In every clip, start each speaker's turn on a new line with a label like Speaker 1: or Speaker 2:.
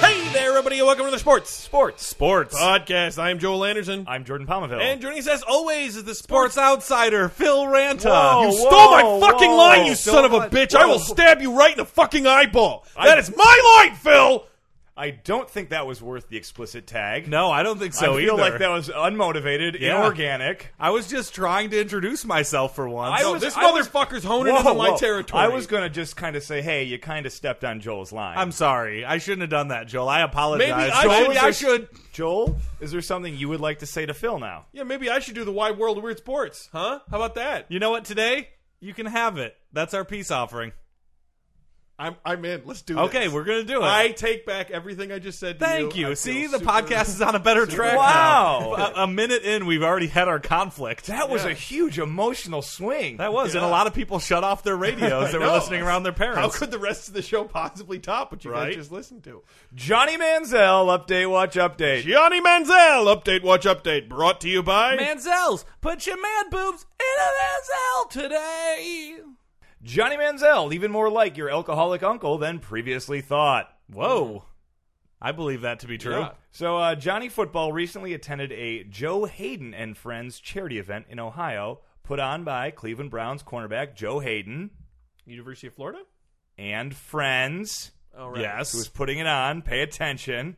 Speaker 1: Hey there, everybody, and welcome to the Sports Sports Sports
Speaker 2: podcast. I am Joel Anderson.
Speaker 1: I'm Jordan Palmaville.
Speaker 2: and joining us as always is the sports.
Speaker 1: Sports Outsider, Phil Ranta.
Speaker 2: you
Speaker 1: You
Speaker 2: stole my fucking line, you son of a bitch! I will stab you right in the fucking eyeball. that is my line, Phil.
Speaker 3: I don't think that was worth the explicit tag.
Speaker 1: No, I don't think
Speaker 3: I
Speaker 1: so
Speaker 3: feel
Speaker 1: either.
Speaker 3: like that was unmotivated,
Speaker 1: Yeah.
Speaker 3: inorganic.
Speaker 1: I was just trying to introduce myself for once.
Speaker 2: I
Speaker 3: No,
Speaker 2: was,
Speaker 3: this
Speaker 2: this motherfucker's honing in on my territory.
Speaker 3: I was going to just kind of say, hey, you kind of stepped on Joel's line.
Speaker 1: I'm sorry. I shouldn't have done that, Joel. I apologize.
Speaker 2: Maybe I
Speaker 1: Joel,
Speaker 2: should-
Speaker 1: I should.
Speaker 3: Joel, is there something you would like to say to Phil now?
Speaker 2: yeah, maybe I should do the wide world of weird sports, huh? How about that?
Speaker 1: You know what? Today you can have it. That's our peace offering.
Speaker 2: I'm I'm in. Let's do.
Speaker 1: Okay,
Speaker 2: this.
Speaker 1: we're gonna do it.
Speaker 2: I take back everything I just said. To
Speaker 1: Thank
Speaker 2: you.
Speaker 1: you.
Speaker 2: I
Speaker 1: See,
Speaker 2: feel
Speaker 1: the
Speaker 2: super-
Speaker 1: podcast is on a better track.
Speaker 3: Wow.
Speaker 1: now. a, a minute in, we've already had our conflict.
Speaker 3: That was a huge emotional swing.
Speaker 1: that was, and a
Speaker 2: Yeah.
Speaker 1: lot of people shut off their radios. They were
Speaker 2: know.
Speaker 1: listening around their
Speaker 2: How
Speaker 1: parents.
Speaker 2: could the rest of the show possibly top what you guys
Speaker 1: Right?
Speaker 2: just listened to?
Speaker 3: Johnny Manziel, update, watch, update.
Speaker 2: Gianni Manziel update, watch update, brought to you by
Speaker 1: Manzels, put your man boobs in an Manzel today.
Speaker 3: Johnny Manziel, even more like your alcoholic uncle than previously thought.
Speaker 1: Whoa, I believe that to be true.
Speaker 2: Yeah.
Speaker 3: So uh, Johnny Football recently attended a Joe Hayden and Friends charity event in Ohio, put on by Cleveland Browns cornerback Joe Hayden
Speaker 2: University of Florida.
Speaker 3: and Friends.
Speaker 2: All
Speaker 1: Yes.
Speaker 3: Who's putting it on? Pay attention.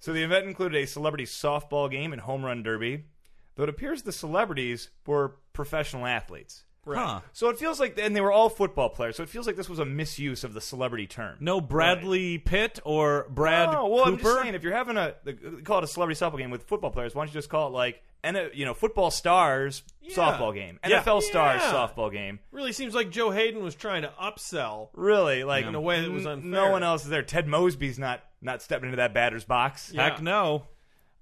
Speaker 3: so the event included a celebrity softball game and home run derby, though it appears the celebrities were professional athletes.
Speaker 1: Huh.
Speaker 3: So it feels like, and they were all football players. So it feels like this was a misuse of the celebrity term.
Speaker 1: No Bradley Pitt or Brad
Speaker 3: No, well, I'm
Speaker 1: Cooper.
Speaker 3: just saying, if you're having a the- call it a celebrity softball game with football players, why don't you just call it like and a, you know football stars softball game,
Speaker 1: Yeah.
Speaker 3: NFL stars
Speaker 2: Yeah.
Speaker 3: softball game.
Speaker 2: Really seems like Joe Hayden was trying to upsell.
Speaker 3: Really, like
Speaker 2: In a way that was
Speaker 3: n-
Speaker 2: unfair.
Speaker 3: No one else is there. Ted Mosby's not not stepping into that batter's box.
Speaker 2: Yeah.
Speaker 1: Heck no.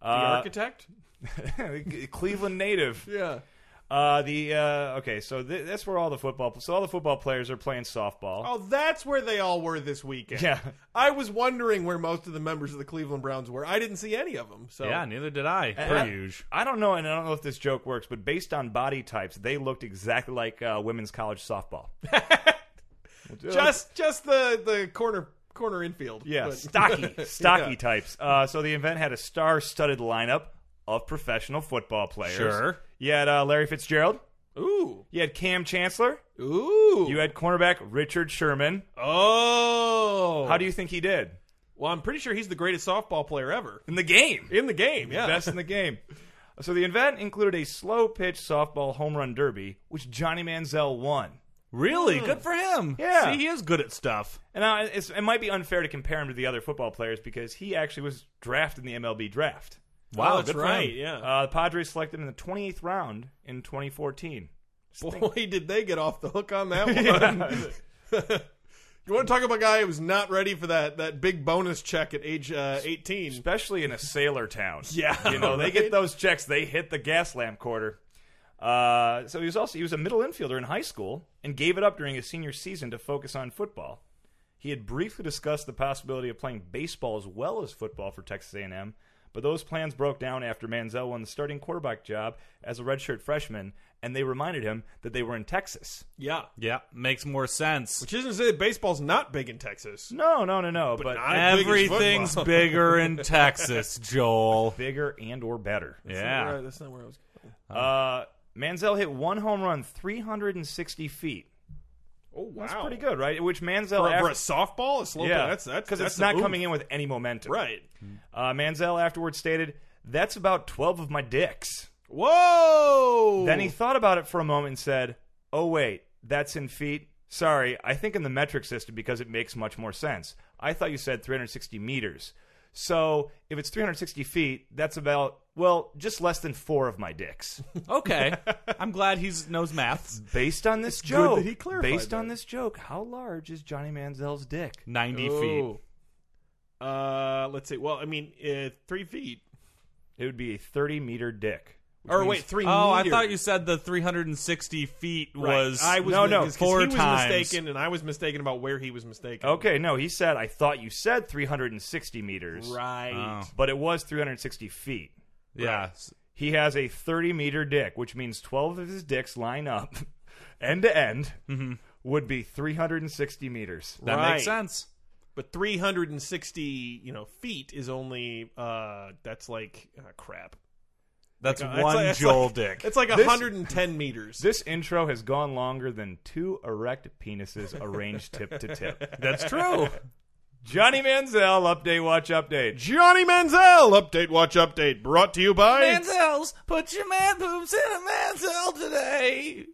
Speaker 2: The
Speaker 3: Uh,
Speaker 2: architect?
Speaker 3: Cleveland native.
Speaker 2: Yeah.
Speaker 3: Uh, the uh, okay, so th- that's where all the football. So all the football players are playing softball.
Speaker 2: Oh, that's where they all were this weekend.
Speaker 3: Yeah.
Speaker 2: I was wondering where most of the members of the Cleveland Browns were. I didn't see any of them. So Uh-huh.
Speaker 1: Yeah, neither did I.
Speaker 3: I-
Speaker 1: Per usual.
Speaker 3: I don't know, and I don't know if this joke works, but based on body types, they looked exactly like uh, women's college softball.
Speaker 2: just just the the corner corner infield.
Speaker 3: Yeah,
Speaker 2: But-
Speaker 3: stocky, stocky
Speaker 2: Yeah.
Speaker 3: types. Uh, so the event had a star-studded lineup of professional football players.
Speaker 1: Sure.
Speaker 3: You had uh, Larry Fitzgerald.
Speaker 2: Ooh.
Speaker 3: You had Cam Chancellor.
Speaker 2: Ooh.
Speaker 3: You had cornerback Richard Sherman.
Speaker 2: oh.
Speaker 3: How do you think he did
Speaker 2: Well, I'm pretty sure he's the greatest softball player ever
Speaker 3: in the game?
Speaker 2: in the game. Yeah.
Speaker 3: Best in the game. So the event included a slow pitch softball home run derby, which Johnny Manziel won.
Speaker 2: Hmm.
Speaker 1: Really? Good for him.
Speaker 3: Yeah.
Speaker 1: See, he is good at stuff.
Speaker 3: And now it's, it might be unfair to compare him to the other football players because he actually was drafted in the MLB draft.
Speaker 1: Wow,
Speaker 2: Oh, that's
Speaker 1: good for
Speaker 2: right.
Speaker 1: him.
Speaker 2: Yeah.
Speaker 3: Uh, the Padres selected him in the 28th round in 2014.
Speaker 2: Boy, did they get off the hook on that one. you want to talk about a guy who was not ready for that that big bonus check at age uh, 18?
Speaker 3: especially in a sailor town.
Speaker 2: Yeah,
Speaker 3: you know they
Speaker 2: right?
Speaker 3: get those checks. They hit the gas lamp quarter. Uh, so he was also he was a middle infielder in high school and gave it up during his senior season to focus on football. He had briefly discussed the possibility of playing baseball as well as football for Texas A&M, but those plans broke down after Manziel won the starting quarterback job as a redshirt freshman, and they reminded him that they were in Texas.
Speaker 2: Yeah.
Speaker 1: Yeah, makes more sense.
Speaker 2: Which isn't to say that baseball's not big in Texas.
Speaker 3: No, no, no, no, but,
Speaker 2: not- Not big as
Speaker 1: Everything's
Speaker 2: football.
Speaker 1: bigger in Texas, Joel.
Speaker 3: bigger and or better.
Speaker 1: Yeah.
Speaker 2: That's not where I was going.
Speaker 3: Uh, Manziel hit one home run 360 feet.
Speaker 2: Oh, wow.
Speaker 3: That's pretty good, right? Which Manziel
Speaker 2: For,
Speaker 3: after,
Speaker 2: for a softball, a slow
Speaker 3: yeah,
Speaker 2: play, that's that's
Speaker 3: because
Speaker 2: that's
Speaker 3: it's
Speaker 2: a
Speaker 3: not
Speaker 2: move.
Speaker 3: coming in with any momentum,
Speaker 2: right.
Speaker 3: Uh, Manziel afterwards stated, "That's about twelve of my dicks."
Speaker 2: Whoa!
Speaker 3: Then he thought about it for a moment and said, "Oh wait, that's in feet. Sorry, I think in the metric system because it makes much more sense. I thought you said 360 meters. So if it's 360 feet, that's about well, just less than four of my dicks."
Speaker 1: Okay. I'm glad he knows maths.
Speaker 3: Based on this
Speaker 2: good that
Speaker 3: joke,
Speaker 2: he clarified
Speaker 3: based on
Speaker 2: that.
Speaker 3: this joke, how large is Johnny Manziel's dick?
Speaker 1: 90
Speaker 2: Ooh.
Speaker 1: feet.
Speaker 2: Uh, let's see. Well, I mean, uh, three feet.
Speaker 3: It would be a 30 meter dick. which
Speaker 2: Or
Speaker 3: means-
Speaker 2: wait, three.
Speaker 1: Oh, I
Speaker 2: meters.
Speaker 1: thought you said the 360 feet
Speaker 2: Right.
Speaker 1: was. Oh,
Speaker 2: I was
Speaker 3: No, no,
Speaker 2: 'cause
Speaker 1: four
Speaker 2: he was
Speaker 1: times.
Speaker 2: mistaken, and I was mistaken about where he was mistaken.
Speaker 3: Okay, no, he said, I thought you said 360 meters,
Speaker 2: right.
Speaker 1: Oh.
Speaker 3: but it was 360 feet.
Speaker 1: Yeah.
Speaker 3: He has a 30 meter dick, which means 12 of his dicks line up end to end would be 360 meters.
Speaker 1: That
Speaker 2: Right.
Speaker 1: makes sense.
Speaker 2: But 360, you know, feet is only uh, that's like uh, crap.
Speaker 1: That's
Speaker 2: That's
Speaker 1: one
Speaker 2: like- that's
Speaker 1: Joel
Speaker 2: like-
Speaker 1: dick.
Speaker 2: It's like
Speaker 3: This-
Speaker 2: 110 meters.
Speaker 3: This intro has gone longer than two erect penises arranged tip to tip.
Speaker 1: That's true.
Speaker 3: Johnny Manziel, update, watch, update.
Speaker 2: Johnny Manziel update, watch update, brought to you by.
Speaker 1: Manziels, put your man poops in a Manziel today.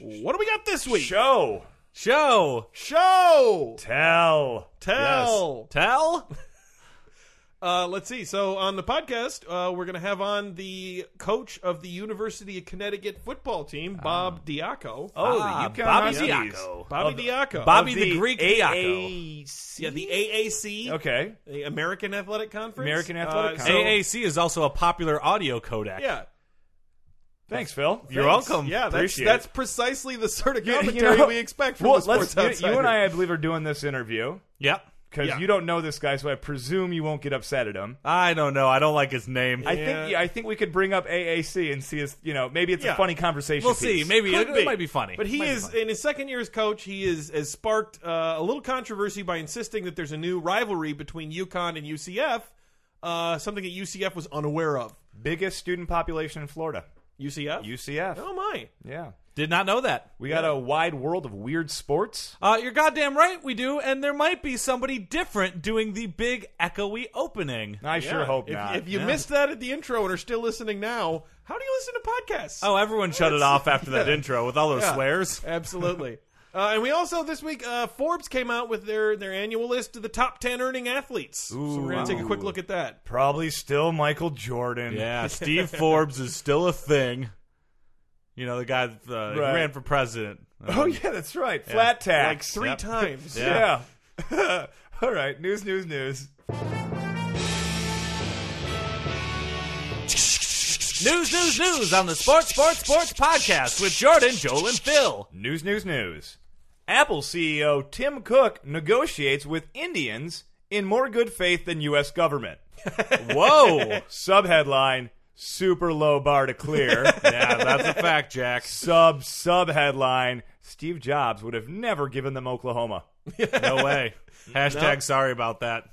Speaker 2: What do we got this week?
Speaker 3: Show,
Speaker 1: Show,
Speaker 2: Show.
Speaker 3: tell,
Speaker 2: Tell.
Speaker 1: tell.
Speaker 2: Uh, let's see. So on the podcast, uh, we're going to have on the coach of the University of Connecticut football team, Bob Diaco.
Speaker 3: Oh,
Speaker 1: Ah,
Speaker 3: the UConn
Speaker 1: Bobby
Speaker 3: Huskies.
Speaker 1: Diaco.
Speaker 2: Bobby Diaco.
Speaker 1: Bobby
Speaker 3: Of
Speaker 1: the Greek Diaco.
Speaker 3: AAC?
Speaker 2: Yeah, the AAC,
Speaker 3: Okay.
Speaker 2: the American Athletic Conference.
Speaker 3: American Athletic
Speaker 2: Uh, so-
Speaker 3: Conference.
Speaker 1: AAC is also a popular audio codec.
Speaker 2: Yeah.
Speaker 3: Thanks, Phil.
Speaker 1: You're
Speaker 2: Thanks.
Speaker 1: welcome.
Speaker 2: Yeah, that's,
Speaker 3: Appreciate
Speaker 2: that's
Speaker 3: it.
Speaker 2: precisely the sort of
Speaker 3: You- you
Speaker 2: commentary
Speaker 3: know-
Speaker 2: we expect from
Speaker 3: well,
Speaker 2: the sports
Speaker 3: let's, you, you and
Speaker 2: outsider.
Speaker 3: I, I believe, are doing this interview
Speaker 1: Yep.
Speaker 3: because
Speaker 2: Yeah.
Speaker 3: you don't know this guy, so I presume you won't get upset at him.
Speaker 1: I don't know. I don't like his name.
Speaker 3: I
Speaker 2: Yeah.
Speaker 3: think yeah, I think we could bring up AAC and see if you know maybe it's
Speaker 2: Yeah.
Speaker 3: a funny conversation.
Speaker 1: we'll see.
Speaker 3: piece.
Speaker 1: Maybe it,
Speaker 2: Could
Speaker 1: it might be funny.
Speaker 2: But he
Speaker 1: Might be
Speaker 2: is
Speaker 1: funny.
Speaker 2: in his second year as coach. He is has sparked uh, a little controversy by insisting that there's a new rivalry between UConn and UCF, uh, something that UCF was unaware of.
Speaker 3: biggest student population in Florida,
Speaker 2: UCF.
Speaker 3: UCF.
Speaker 2: oh my!
Speaker 3: Yeah,
Speaker 1: Did not know that.
Speaker 3: we got a wide world of weird sports.
Speaker 1: Uh, you're goddamn right we do, and there might be somebody different doing the big echoey opening.
Speaker 3: I sure hope
Speaker 2: if,
Speaker 3: not.
Speaker 2: If you
Speaker 1: yeah.
Speaker 2: missed that at the intro and are still listening now, how do you listen to podcasts?
Speaker 1: Oh, everyone shut it off after that intro with all those
Speaker 2: Yeah.
Speaker 1: swears.
Speaker 2: Absolutely. Uh, and we also this week uh, Forbes came out with their their annual list of the top ten earning athletes. so we're gonna take a quick look at that.
Speaker 3: Probably still Michael Jordan.
Speaker 1: Yeah, Steve Forbes is still a thing. You know, the guy that uh,
Speaker 3: Right.
Speaker 1: ran for president. Uh,
Speaker 3: Oh yeah, that's right. Flat
Speaker 2: Like
Speaker 3: tax.
Speaker 2: three
Speaker 1: Yep.
Speaker 2: times.
Speaker 1: Yeah.
Speaker 3: yeah. All right. News. News. News.
Speaker 1: News, news, news on the Sports, Sports, Sports podcast with Jordan, Joel, and Phil.
Speaker 3: News, news, news. Apple CEO Tim Cook negotiates with Indians in more good faith than U.S. government.
Speaker 2: Oh.
Speaker 1: Whoa.
Speaker 3: Subheadline: Super low bar to clear.
Speaker 1: yeah, that's a fact, Jack.
Speaker 3: sub subheadline: Steve Jobs would have never given them Oklahoma.
Speaker 1: No way. Hashtag sorry about that.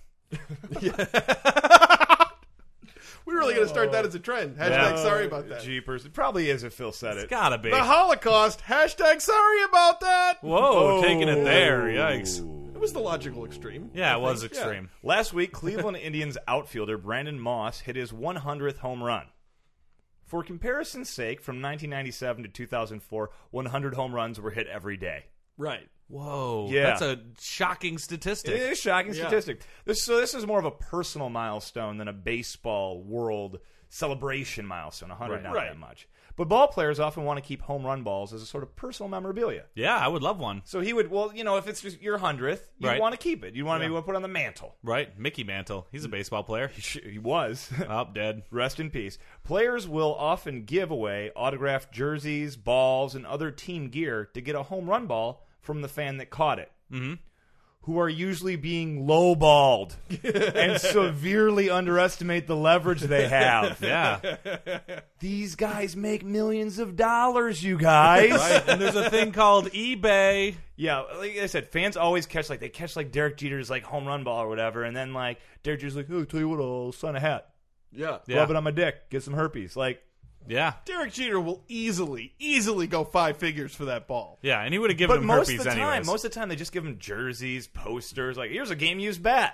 Speaker 2: We're really going to start that as a trend. Hashtag
Speaker 1: Yeah.
Speaker 2: sorry about that.
Speaker 3: Uh, Jeepers! It probably is if Phil said it.
Speaker 1: Gotta be.
Speaker 2: The Holocaust. Hashtag sorry about that. Oh.
Speaker 1: Whoa, taking it there. Yikes.
Speaker 2: It was the logical extreme.
Speaker 1: Yeah, it was extreme.
Speaker 3: Last week, Cleveland Indians outfielder Brandon Moss hit his 100th home run. For comparison's sake, from 1997 to 2004, 100 home runs were hit every day.
Speaker 2: Right.
Speaker 1: Whoa.
Speaker 3: Yeah.
Speaker 1: That's a shocking statistic.
Speaker 3: It is a shocking
Speaker 2: Yeah.
Speaker 3: statistic. This, so this is more of a personal milestone than a baseball world celebration milestone. 100 not
Speaker 2: Right.
Speaker 3: that much. But ball players often want to keep home run balls as a sort of personal memorabilia.
Speaker 1: yeah, I would love one.
Speaker 3: So he would, well, you know, if it's just your 100th, you
Speaker 1: Right.
Speaker 3: want to keep it. You want to be able to put it on the mantle.
Speaker 1: Right? Mickey Mantle. He's a baseball player.
Speaker 3: He was.
Speaker 1: Oh, dead.
Speaker 3: Rest in peace. Players will often give away autographed jerseys, balls, and other team gear to get a home run ball from the fan that caught it, mm-hmm. who are usually being lowballed and severely underestimate the leverage they have.
Speaker 1: Yeah.
Speaker 3: These guys make millions of dollars, you guys.
Speaker 1: right? And there's a thing called eBay.
Speaker 3: Yeah, like I said, fans always catch like they catch like Derek Jeter's like home run ball or whatever, and then like Derek Jeter's like, "Oh, tell you what, I'll sign a hat,
Speaker 2: Yeah.
Speaker 1: Yeah.
Speaker 3: rub it on my dick, get some herpes." Like.
Speaker 1: Yeah.
Speaker 2: Derek Jeter will easily, easily go five figures for that ball.
Speaker 1: Yeah, and he would have given
Speaker 3: But
Speaker 1: him
Speaker 3: most of
Speaker 1: herpes
Speaker 3: the time,
Speaker 1: anyways.
Speaker 3: most of the time they just give them jerseys, posters, like here's a game used bat.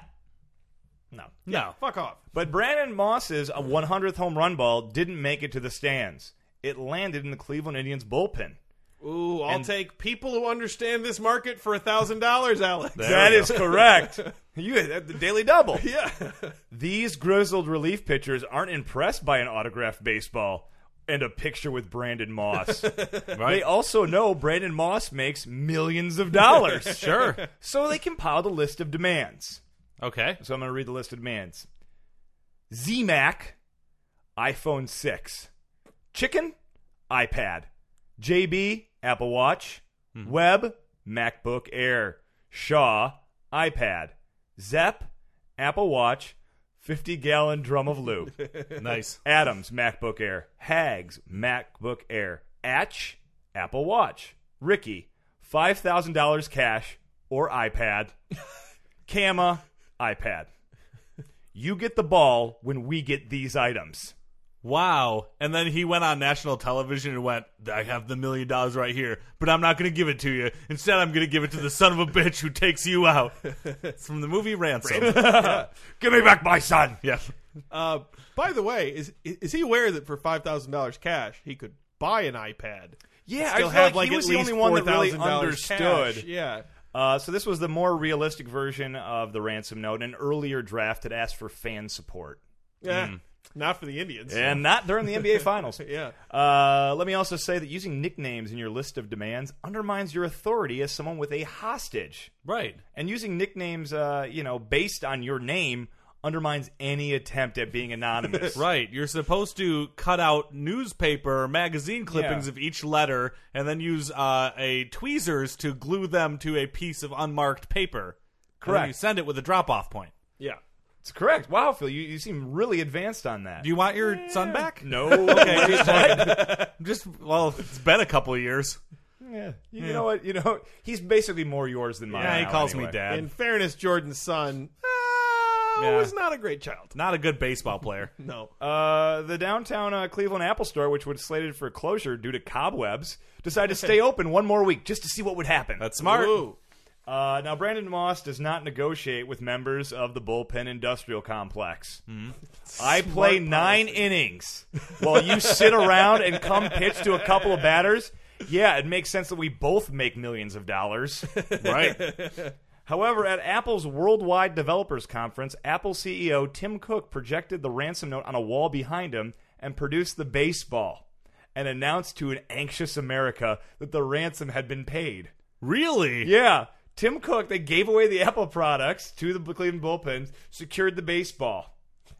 Speaker 3: No.
Speaker 1: no.
Speaker 2: Fuck off.
Speaker 3: But Brandon Moss's 100th home run ball didn't make it to the stands. It landed in the Cleveland Indians bullpen.
Speaker 2: Ooh, I'll take people who understand this market for a thousand dollars, Alex.
Speaker 1: There
Speaker 3: that
Speaker 1: we
Speaker 3: is correct. You that- the daily double.
Speaker 2: yeah.
Speaker 3: These grizzled relief pitchers aren't impressed by an autographed baseball and a picture with Brandon Moss. They
Speaker 1: Right?
Speaker 3: also know Brandon Moss makes millions of dollars.
Speaker 1: sure.
Speaker 3: So they compiled a list of demands.
Speaker 1: Okay.
Speaker 3: So I'm going to read the list of demands. ZMac, iPhone 6. Chicken, iPad. JB, Apple Watch. Web, MacBook Air. Shaw, iPad. Zepp, Apple Watch. 50 gallon drum of lube.
Speaker 1: Nice.
Speaker 3: Adams, MacBook Air. Hags, MacBook Air. Atch, Apple Watch. Ricky, $5,000 cash or iPad. Kama, iPad. You get the ball when we get these items.
Speaker 1: Wow. And then he went on national television and went, I have the million dollars right here, but I'm not going to give it to you. Instead, I'm going to give it to the son of a bitch who takes you out. It's from the movie Ransom.
Speaker 3: Give me back my son.
Speaker 1: yeah.
Speaker 2: Uh, by the way, is is he aware that for five thousand dollars cash he could buy an iPad?
Speaker 3: Yeah,
Speaker 2: Still
Speaker 3: I feel
Speaker 2: have
Speaker 3: like, he
Speaker 2: at
Speaker 3: was the
Speaker 2: least
Speaker 3: only one that really
Speaker 2: $4,000 cash.
Speaker 3: understood.
Speaker 2: Yeah,
Speaker 3: Uh, so this was the more realistic version of the ransom note, an earlier draft that asked for fan support.
Speaker 2: yeah. Not for the Indians.
Speaker 3: And not during the NBA Finals.
Speaker 2: Yeah.
Speaker 3: Uh, let me also say that using nicknames in your list of demands undermines your authority as someone with a hostage.
Speaker 1: Right.
Speaker 3: And using nicknames, uh, you know, based on your name undermines any attempt at being anonymous.
Speaker 1: Right. You're supposed to cut out newspaper or magazine clippings
Speaker 3: Yeah.
Speaker 1: of each letter and then use uh, a tweezers to glue them to a piece of unmarked paper. And then
Speaker 3: Correct.
Speaker 1: you send it with a drop off point.
Speaker 2: yeah.
Speaker 3: It's correct. Wow, Phil, you, you seem really advanced on that.
Speaker 1: Do you want your son back?
Speaker 3: no. okay.
Speaker 1: Just, well, it's been a couple of years.
Speaker 3: yeah. You, you know what? You know, he's basically more yours than mine.
Speaker 1: Yeah, he
Speaker 3: now,
Speaker 1: calls me
Speaker 3: anyway.
Speaker 1: dad.
Speaker 2: In fairness, Jordan's son uh,
Speaker 1: Yeah.
Speaker 2: was not a great child.
Speaker 1: Not a good baseball player.
Speaker 2: No.
Speaker 3: Uh, the downtown uh, Cleveland Apple Store, which was slated for closure due to cobwebs, decided to stay open one more week just to see what would happen.
Speaker 1: That's smart.
Speaker 2: Ooh.
Speaker 3: Uh, now, Brandon Moss does not negotiate with members of the bullpen industrial complex. I play nine innings while you sit around and come pitch to a couple of batters. Yeah, it makes sense that we both make millions of dollars.
Speaker 1: Right.
Speaker 3: However, at Apple's Worldwide Developers Conference, Apple CEO Tim Cook projected the ransom note on a wall behind him and produced the baseball and announced to an anxious America that the ransom had been paid.
Speaker 1: really?
Speaker 3: Yeah. Tim Cook, they gave away the Apple products to the Cleveland bullpen, secured the baseball,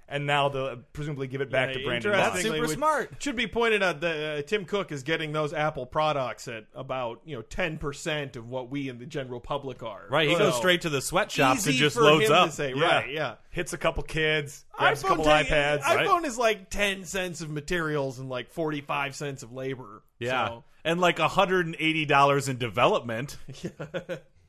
Speaker 3: and now they'll presumably give it back
Speaker 2: Yeah,
Speaker 3: to Brandon Moss.
Speaker 2: interestingly,
Speaker 1: That's super
Speaker 2: which-
Speaker 1: smart.
Speaker 2: Should be pointed out that uh, Tim Cook is getting those Apple products at about you know ten percent of what we in the general public are.
Speaker 1: Right. He goes
Speaker 2: So,
Speaker 1: straight to the sweatshops
Speaker 2: easy
Speaker 1: and just
Speaker 2: for
Speaker 1: loads
Speaker 2: him
Speaker 1: up.
Speaker 2: To say,
Speaker 3: Yeah.
Speaker 2: Right. Yeah.
Speaker 3: Hits a couple kids, grabs a couple
Speaker 2: ta-
Speaker 3: iPads. right?
Speaker 2: iPhone is like ten cents of materials and like forty five cents of labor.
Speaker 1: yeah.
Speaker 2: So,
Speaker 1: And like $180 in development.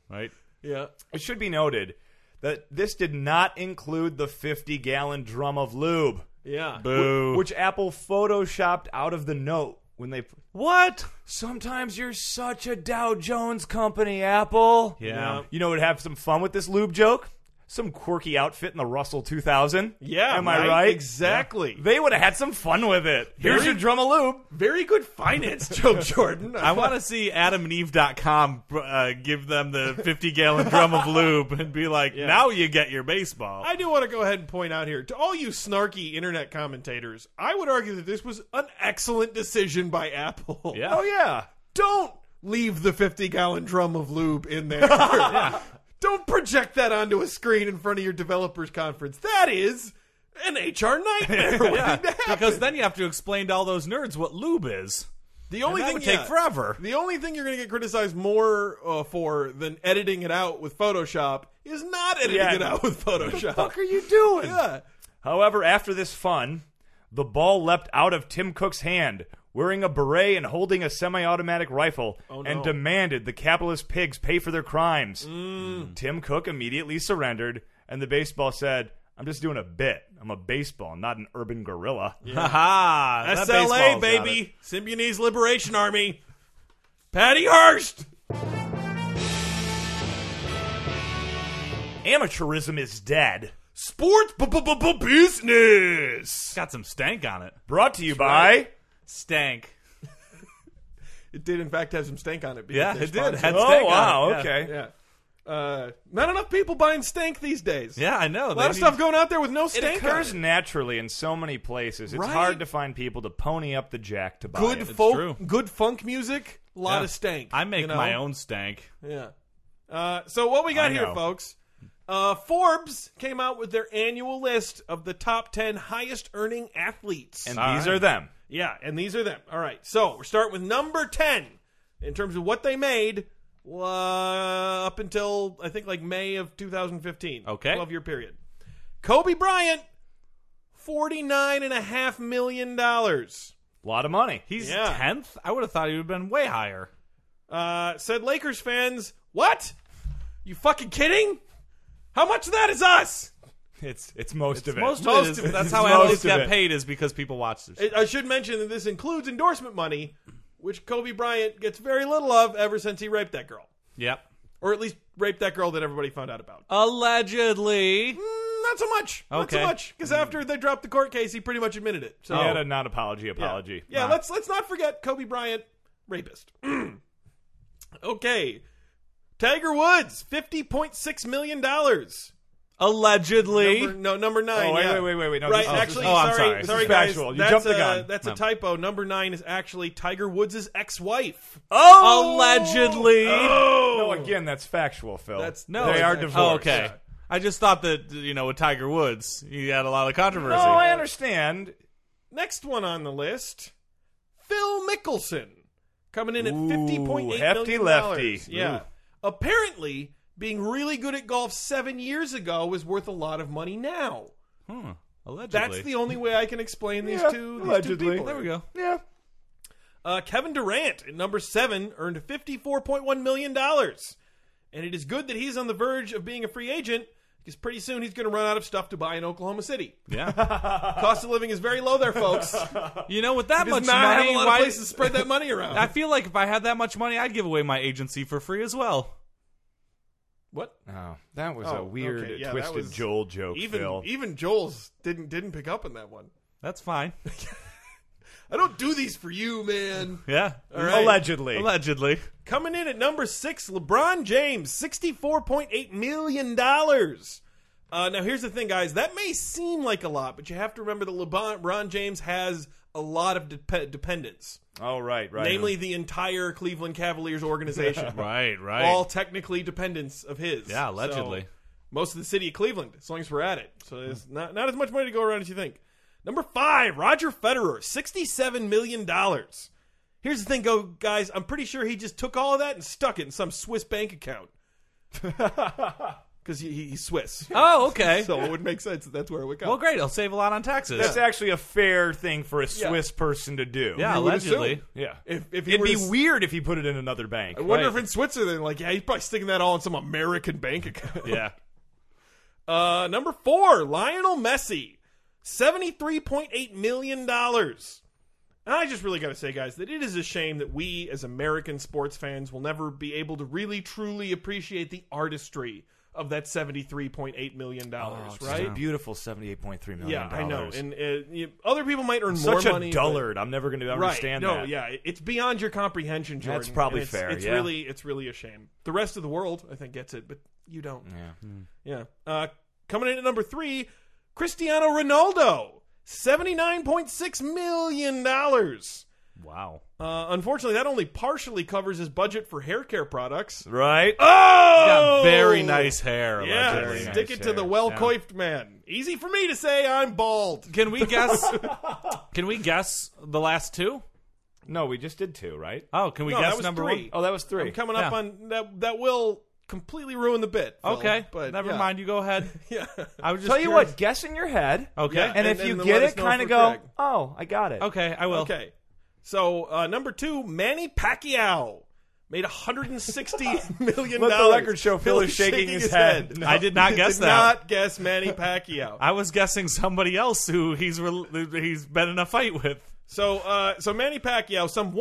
Speaker 1: Right.
Speaker 2: yeah.
Speaker 3: It should be noted that this did not include the 50 gallon drum of lube,
Speaker 2: Yeah.
Speaker 1: Boo.
Speaker 3: which Apple photoshopped out of the note when they.
Speaker 1: what?
Speaker 3: Sometimes you're such a Dow Jones company, Apple.
Speaker 1: Yeah.
Speaker 3: You know, would have some fun with this lube joke. Some quirky outfit in the Russell 2000.
Speaker 2: Yeah,
Speaker 3: am I
Speaker 2: right?
Speaker 3: right?
Speaker 2: Exactly.
Speaker 3: They would have had some fun with it. Here's your drum of lube.
Speaker 2: Very good finance joke, Jordan.
Speaker 1: I want to see AdamandEve.com uh, give them the 50 gallon drum of lube and be like, now you get your baseball.
Speaker 2: I do want to go ahead and point out here to all you snarky internet commentators. I would argue that this was an excellent decision by Apple.
Speaker 1: Yeah.
Speaker 3: Oh yeah.
Speaker 2: Don't leave the 50 gallon drum of lube in there. Don't project that onto a screen in front of your developers conference. That is an HR nightmare. waiting to happen.
Speaker 1: because then you have to explain to all those nerds what lube is.
Speaker 2: the only
Speaker 1: that
Speaker 2: thing
Speaker 1: would
Speaker 2: yeah,
Speaker 1: take forever.
Speaker 2: The only thing you're going to get criticized more uh, for than editing it out with Photoshop is not editing
Speaker 3: Yeah.
Speaker 2: it out with Photoshop.
Speaker 3: What are you doing?
Speaker 2: Yeah.
Speaker 3: However, after this fun, the ball leapt out of Tim Cook's hand, wearing a beret and holding a semi automatic rifle, and demanded the capitalist pigs pay for their crimes. Tim Cook immediately surrendered, and the baseball said, I'm just doing a bit. I'm a baseball, not an urban gorilla.
Speaker 1: Ha ha. That
Speaker 2: SLA,
Speaker 1: baseball's got it.
Speaker 2: baby. Symbionese Liberation Army. Patty Hearst.
Speaker 3: Amateurism is dead.
Speaker 2: Sports bu- bu- bu- bu- business.
Speaker 1: Got some stank on it.
Speaker 3: Brought to you by.
Speaker 2: right.
Speaker 1: Stank.
Speaker 2: It did, in fact, have some stank on it. because
Speaker 1: Yeah,
Speaker 2: they're
Speaker 1: it did.
Speaker 2: sponsored.
Speaker 1: Had
Speaker 3: Oh,
Speaker 1: stank
Speaker 3: wow,
Speaker 1: on it. Yeah.
Speaker 3: okay.
Speaker 2: Yeah. Uh, not enough people buying stank these days.
Speaker 1: Yeah, I know.
Speaker 2: A lot of stuff going out there with no
Speaker 3: It
Speaker 2: stank.
Speaker 3: occurs
Speaker 2: on
Speaker 3: naturally in so many places. It's
Speaker 2: Right.
Speaker 3: hard to find people to pony up the jack to buy
Speaker 2: Good
Speaker 3: it.
Speaker 2: folk,
Speaker 1: true.
Speaker 2: good funk music. A lot of stank.
Speaker 1: I make
Speaker 2: you know?
Speaker 1: my own stank.
Speaker 2: Yeah. Uh, so what we got
Speaker 3: I
Speaker 2: here,
Speaker 3: know.
Speaker 2: folks? Uh, Forbes came out with their annual list of the top 10 highest earning athletes.
Speaker 3: And
Speaker 1: All
Speaker 3: these
Speaker 1: right.
Speaker 3: are them.
Speaker 2: yeah, and these are them. All right. So we're starting with number 10 in terms of what they made uh, up until, I think, like May of 2015.
Speaker 1: Okay.
Speaker 2: 12 year period. Kobe Bryant, $49.5 million. Uh,
Speaker 3: A lot of money.
Speaker 1: He's
Speaker 2: Yeah.
Speaker 1: tenth. I would have thought he would have been way higher.
Speaker 2: Uh, said Lakers fans, What? You fucking kidding? How much of that is us?
Speaker 3: It's it's most of it.
Speaker 1: Most, of
Speaker 2: Most
Speaker 1: it
Speaker 2: of it.
Speaker 1: is, that's
Speaker 2: It's
Speaker 1: how
Speaker 3: most
Speaker 1: athletes
Speaker 3: of
Speaker 1: got
Speaker 3: it.
Speaker 1: paid is because people watch this.
Speaker 2: I I should mention that this includes endorsement money, which Kobe Bryant gets very little of ever since he raped that girl.
Speaker 1: Yep.
Speaker 2: Or at least raped that girl that everybody found out about.
Speaker 1: Allegedly.
Speaker 2: Mm, not so much. Not so
Speaker 1: Okay.
Speaker 2: much. Because after they dropped the court case, he pretty much admitted it. So
Speaker 3: Mm. he had a non apology
Speaker 2: yeah.
Speaker 3: apology.
Speaker 2: Yeah, let's let's not forget Kobe Bryant, rapist. okay. Tiger Woods, fifty point six million dollars.
Speaker 1: Allegedly.
Speaker 2: Number, no, number nine.
Speaker 3: Oh, wait,
Speaker 2: yeah.
Speaker 3: wait, wait, wait, wait. No,
Speaker 2: right,
Speaker 3: this is-
Speaker 2: actually,
Speaker 1: oh, I'm
Speaker 2: sorry,
Speaker 1: sorry. This
Speaker 2: sorry,
Speaker 3: is
Speaker 2: guys.
Speaker 3: factual. You
Speaker 2: that's
Speaker 3: jumped the
Speaker 2: a,
Speaker 3: gun.
Speaker 2: That's
Speaker 1: No.
Speaker 2: a typo. Number nine is actually Tiger Woods' ex-wife.
Speaker 3: Oh,
Speaker 1: Allegedly.
Speaker 3: No, again, that's factual, Phil.
Speaker 2: That's-
Speaker 1: Oh! No,
Speaker 3: they
Speaker 2: it's
Speaker 3: are
Speaker 2: actually-
Speaker 3: divorced.
Speaker 1: Oh, okay. I just thought that you know with Tiger Woods, he had a lot of
Speaker 3: No,
Speaker 1: controversy.
Speaker 3: I understand.
Speaker 2: Next one on the list, Phil Mickelson, coming in at
Speaker 3: Ooh,
Speaker 2: fifty point eight
Speaker 3: hefty
Speaker 2: million
Speaker 3: lefty.
Speaker 2: Yeah,
Speaker 3: Ooh.
Speaker 2: apparently being really good at golf seven years ago is worth a lot of money now.
Speaker 1: Hmm. Allegedly.
Speaker 2: That's the only way I can explain these
Speaker 3: Yeah,
Speaker 2: two. These
Speaker 3: allegedly.
Speaker 2: two people.
Speaker 1: There we go.
Speaker 3: Yeah.
Speaker 2: Uh, Kevin Durant at number seven earned fifty-four point one million dollars, and it is good that he's on the verge of being a free agent because pretty soon he's going to run out of stuff to buy in Oklahoma City.
Speaker 1: Yeah.
Speaker 2: Cost of living is very low there, folks.
Speaker 1: You know with that
Speaker 2: Does
Speaker 1: much
Speaker 2: not
Speaker 1: money,
Speaker 2: have a lot
Speaker 1: why?
Speaker 2: of places to spread that money around.
Speaker 1: I feel like if I had that much money, I'd give away my agency for free as well.
Speaker 2: what?
Speaker 3: Oh, that was
Speaker 2: Oh,
Speaker 3: a weird,
Speaker 2: okay, yeah, that
Speaker 3: twisted
Speaker 2: was-
Speaker 3: Joel joke,
Speaker 2: Even e-
Speaker 3: Phil.
Speaker 2: even Joel's didn't didn't pick up on that one.
Speaker 1: That's fine.
Speaker 2: I don't do these for you, man.
Speaker 1: Yeah.
Speaker 2: right.
Speaker 3: Allegedly.
Speaker 1: Allegedly.
Speaker 2: Coming in at number six, LeBron James, sixty-four point eight million dollars. Uh, now, here's the thing, guys. That may seem like a lot, but you have to remember that LeBron LeBron James has a lot of dep dependents,
Speaker 3: oh, right, right.
Speaker 2: namely the entire Cleveland Cavaliers organization.
Speaker 1: Right. Right.
Speaker 2: All technically dependents of his.
Speaker 1: Yeah, allegedly. Hmm.
Speaker 2: So, most of the city of Cleveland, as long as we're at it. So there's not, not as much money to go around as you think. Number five, Roger Federer, $67 million. Here's the thing, go guys. I'm pretty sure he just took all of that and stuck it in some Swiss bank account. Because he, he- he's Swiss.
Speaker 1: oh, okay.
Speaker 2: So it would make sense that that's where it would go.
Speaker 1: well, great. I'll save a lot on taxes.
Speaker 3: That's actually a fair thing for a Swiss person to do.
Speaker 1: yeah,
Speaker 2: you would
Speaker 1: allegedly.
Speaker 2: assume.
Speaker 3: Yeah.
Speaker 2: If, if he
Speaker 3: It'd
Speaker 2: were
Speaker 3: be
Speaker 2: to s-
Speaker 3: weird if he put it in another bank.
Speaker 2: I wonder
Speaker 1: right.
Speaker 2: if in Switzerland, like, yeah, he's probably sticking that all in some American bank account.
Speaker 1: Yeah.
Speaker 2: Uh, number four, Lionel Messi, seventy-three point eight million dollars. And I just really got to say, guys, that it is a shame that we, as American sports fans, will never be able to really truly appreciate the artistry of that seventy-three point eight million
Speaker 3: Oh,
Speaker 2: dollars. right?
Speaker 3: beautiful seventy-eight point three million.
Speaker 2: Yeah, I know. And uh, you, other people might earn
Speaker 3: such
Speaker 2: more
Speaker 3: a
Speaker 2: money. but-
Speaker 3: dullard. I'm never going to
Speaker 2: Right?
Speaker 3: understand
Speaker 2: no,
Speaker 3: that.
Speaker 2: yeah, it- it's beyond your comprehension, Jordan.
Speaker 3: That's probably
Speaker 2: and it's,
Speaker 3: fair,
Speaker 2: It's
Speaker 3: yeah.
Speaker 2: really, it's really a shame. The rest of the world, I think, gets it, but you don't. Yeah. Uh, coming in at number three, Cristiano Ronaldo, $79.6 million. Uh,
Speaker 1: Wow.
Speaker 2: unfortunately, that only partially covers his budget for hair care products.
Speaker 3: Right.
Speaker 2: Oh!
Speaker 1: Got very nice hair.
Speaker 2: Yeah,
Speaker 1: Allegedly.
Speaker 3: Very
Speaker 2: stick
Speaker 3: nice
Speaker 2: it to the
Speaker 3: hair.
Speaker 2: well coiffed man. Easy for me to say I'm bald.
Speaker 1: Can we guess? can we guess the last two?
Speaker 3: No, we just did two, right?
Speaker 1: Oh, can we
Speaker 2: No, that
Speaker 1: guess
Speaker 2: was
Speaker 1: number
Speaker 2: three.
Speaker 1: one?
Speaker 3: Oh, that was three.
Speaker 2: I'm coming up
Speaker 1: Yeah.
Speaker 2: on that. That will completely ruin the bit. Phil,
Speaker 1: Okay,
Speaker 2: but
Speaker 1: never
Speaker 2: yeah.
Speaker 1: mind. You go ahead.
Speaker 2: Yeah.
Speaker 1: I was just
Speaker 3: Tell you
Speaker 1: curious. Oh,
Speaker 3: what, guess in your head.
Speaker 1: Okay.
Speaker 2: Yeah.
Speaker 3: And,
Speaker 2: And-
Speaker 3: if you
Speaker 2: and then
Speaker 3: get
Speaker 2: let
Speaker 3: it,
Speaker 2: us know
Speaker 3: kind
Speaker 2: if
Speaker 3: of
Speaker 2: we're
Speaker 3: go,
Speaker 2: correct.
Speaker 3: oh, I got it.
Speaker 1: Okay, I will.
Speaker 2: Okay. So uh, number two, Manny Pacquiao made 160 million
Speaker 3: Let
Speaker 2: dollars.
Speaker 3: the record show Phil is shaking his head. No.
Speaker 1: I did not guess
Speaker 2: did
Speaker 1: that.
Speaker 2: not guess Manny Pacquiao.
Speaker 1: I was guessing somebody else who he's re- he's been in a fight with.
Speaker 2: so uh, so Manny Pacquiao, some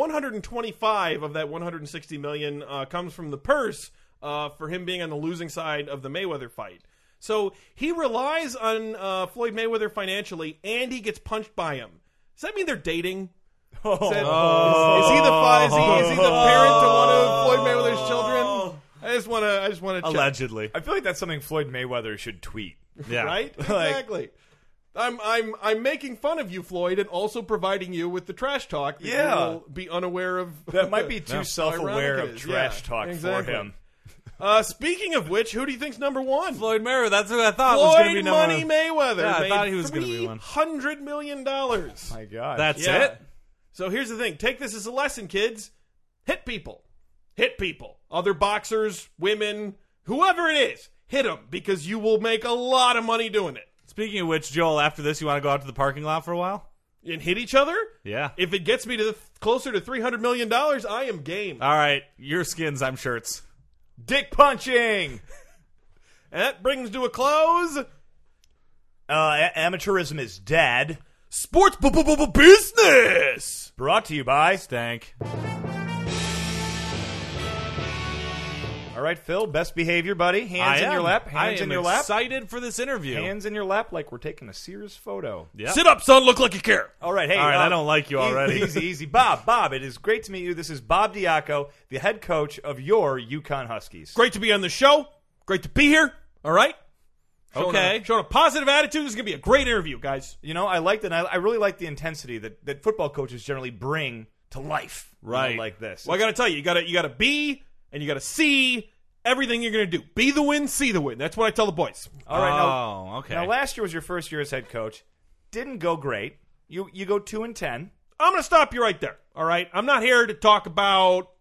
Speaker 2: 125 of that 160 million uh, comes from the purse uh, for him being on the losing side of the Mayweather fight. So he relies on uh, Floyd Mayweather financially, and he gets punched by him. Does that mean they're dating? Is, that- is- is he the fa- is he, is he the parent to one of Floyd Mayweather's children? I just want to I just want to check.
Speaker 1: Allegedly,
Speaker 3: I feel like that's something Floyd Mayweather should tweet.
Speaker 1: yeah.
Speaker 2: Right? Exactly. I'm I'm I'm making fun of you, Floyd, and also providing you with the trash talk that
Speaker 3: Yeah.
Speaker 2: you will be unaware of.
Speaker 3: That might be too
Speaker 2: How ironic
Speaker 3: self-aware
Speaker 2: it
Speaker 3: of
Speaker 2: is.
Speaker 3: trash
Speaker 2: Yeah,
Speaker 3: talk
Speaker 2: exactly.
Speaker 3: for him.
Speaker 2: Uh, speaking of which, who do you think's number one?
Speaker 1: Floyd Mayweather. That's who I thought was going to be
Speaker 2: Floyd
Speaker 1: number
Speaker 2: Money
Speaker 1: one.
Speaker 2: Mayweather.
Speaker 1: Yeah, I
Speaker 2: made
Speaker 1: thought he was gonna be one.
Speaker 2: $300 million dollars.
Speaker 3: My God.
Speaker 1: That's
Speaker 2: Yeah.
Speaker 1: it.
Speaker 2: So here's the thing. Take this as a lesson, kids. Hit people. Hit people. Other boxers, women, whoever it is. Hit them because you will make a lot of money doing it.
Speaker 1: Speaking of which, Joel, after this, you want to go out to the parking lot for a while?
Speaker 2: And hit each other.
Speaker 1: Yeah.
Speaker 2: If it gets me to the, closer to three hundred million dollars, I am game. Uh,
Speaker 1: All right. Your skins, I'm shirts.
Speaker 3: dick punching.
Speaker 2: And that brings to a close
Speaker 3: Uh, a- amateurism is dead.
Speaker 2: sports bu- bu- bu- bu- business.
Speaker 3: Brought to you by.
Speaker 1: Stank.
Speaker 3: All right, Phil. Best behavior, buddy.
Speaker 1: I
Speaker 3: Hands in
Speaker 1: am.
Speaker 3: your lap.
Speaker 1: I
Speaker 3: Hands
Speaker 1: am
Speaker 3: in your lap.
Speaker 1: Excited for this interview.
Speaker 3: Hands in your lap, like we're taking a Sears photo.
Speaker 1: Yeah.
Speaker 2: Sit up, son. Look like you care.
Speaker 3: All right, hey.
Speaker 1: All right,
Speaker 3: uh,
Speaker 1: I don't like you
Speaker 3: easy-
Speaker 1: already.
Speaker 3: Easy, easy. Bob, Bob, it is great to meet you. This is Bob Diaco, the head coach of your Yukon Huskies.
Speaker 2: Great to be on the show. Great to be here. All right. Showing
Speaker 1: Okay.
Speaker 2: A, showing a positive attitude. This is gonna be a great interview, guys.
Speaker 3: You know, I like that. I, I really like the intensity that, that football coaches generally bring to life. you know,
Speaker 1: Right.
Speaker 3: like this.
Speaker 2: Well, I gotta tell you, you gotta you gotta be and you gotta see everything you're gonna do. Be the win, see the win. That's what I tell the boys.
Speaker 3: All right, now,
Speaker 1: Oh, okay.
Speaker 3: now, last year was your first year as head coach. Didn't go great. You you go 2 and 10.
Speaker 2: I'm gonna stop you right there. All right, I'm not here to talk about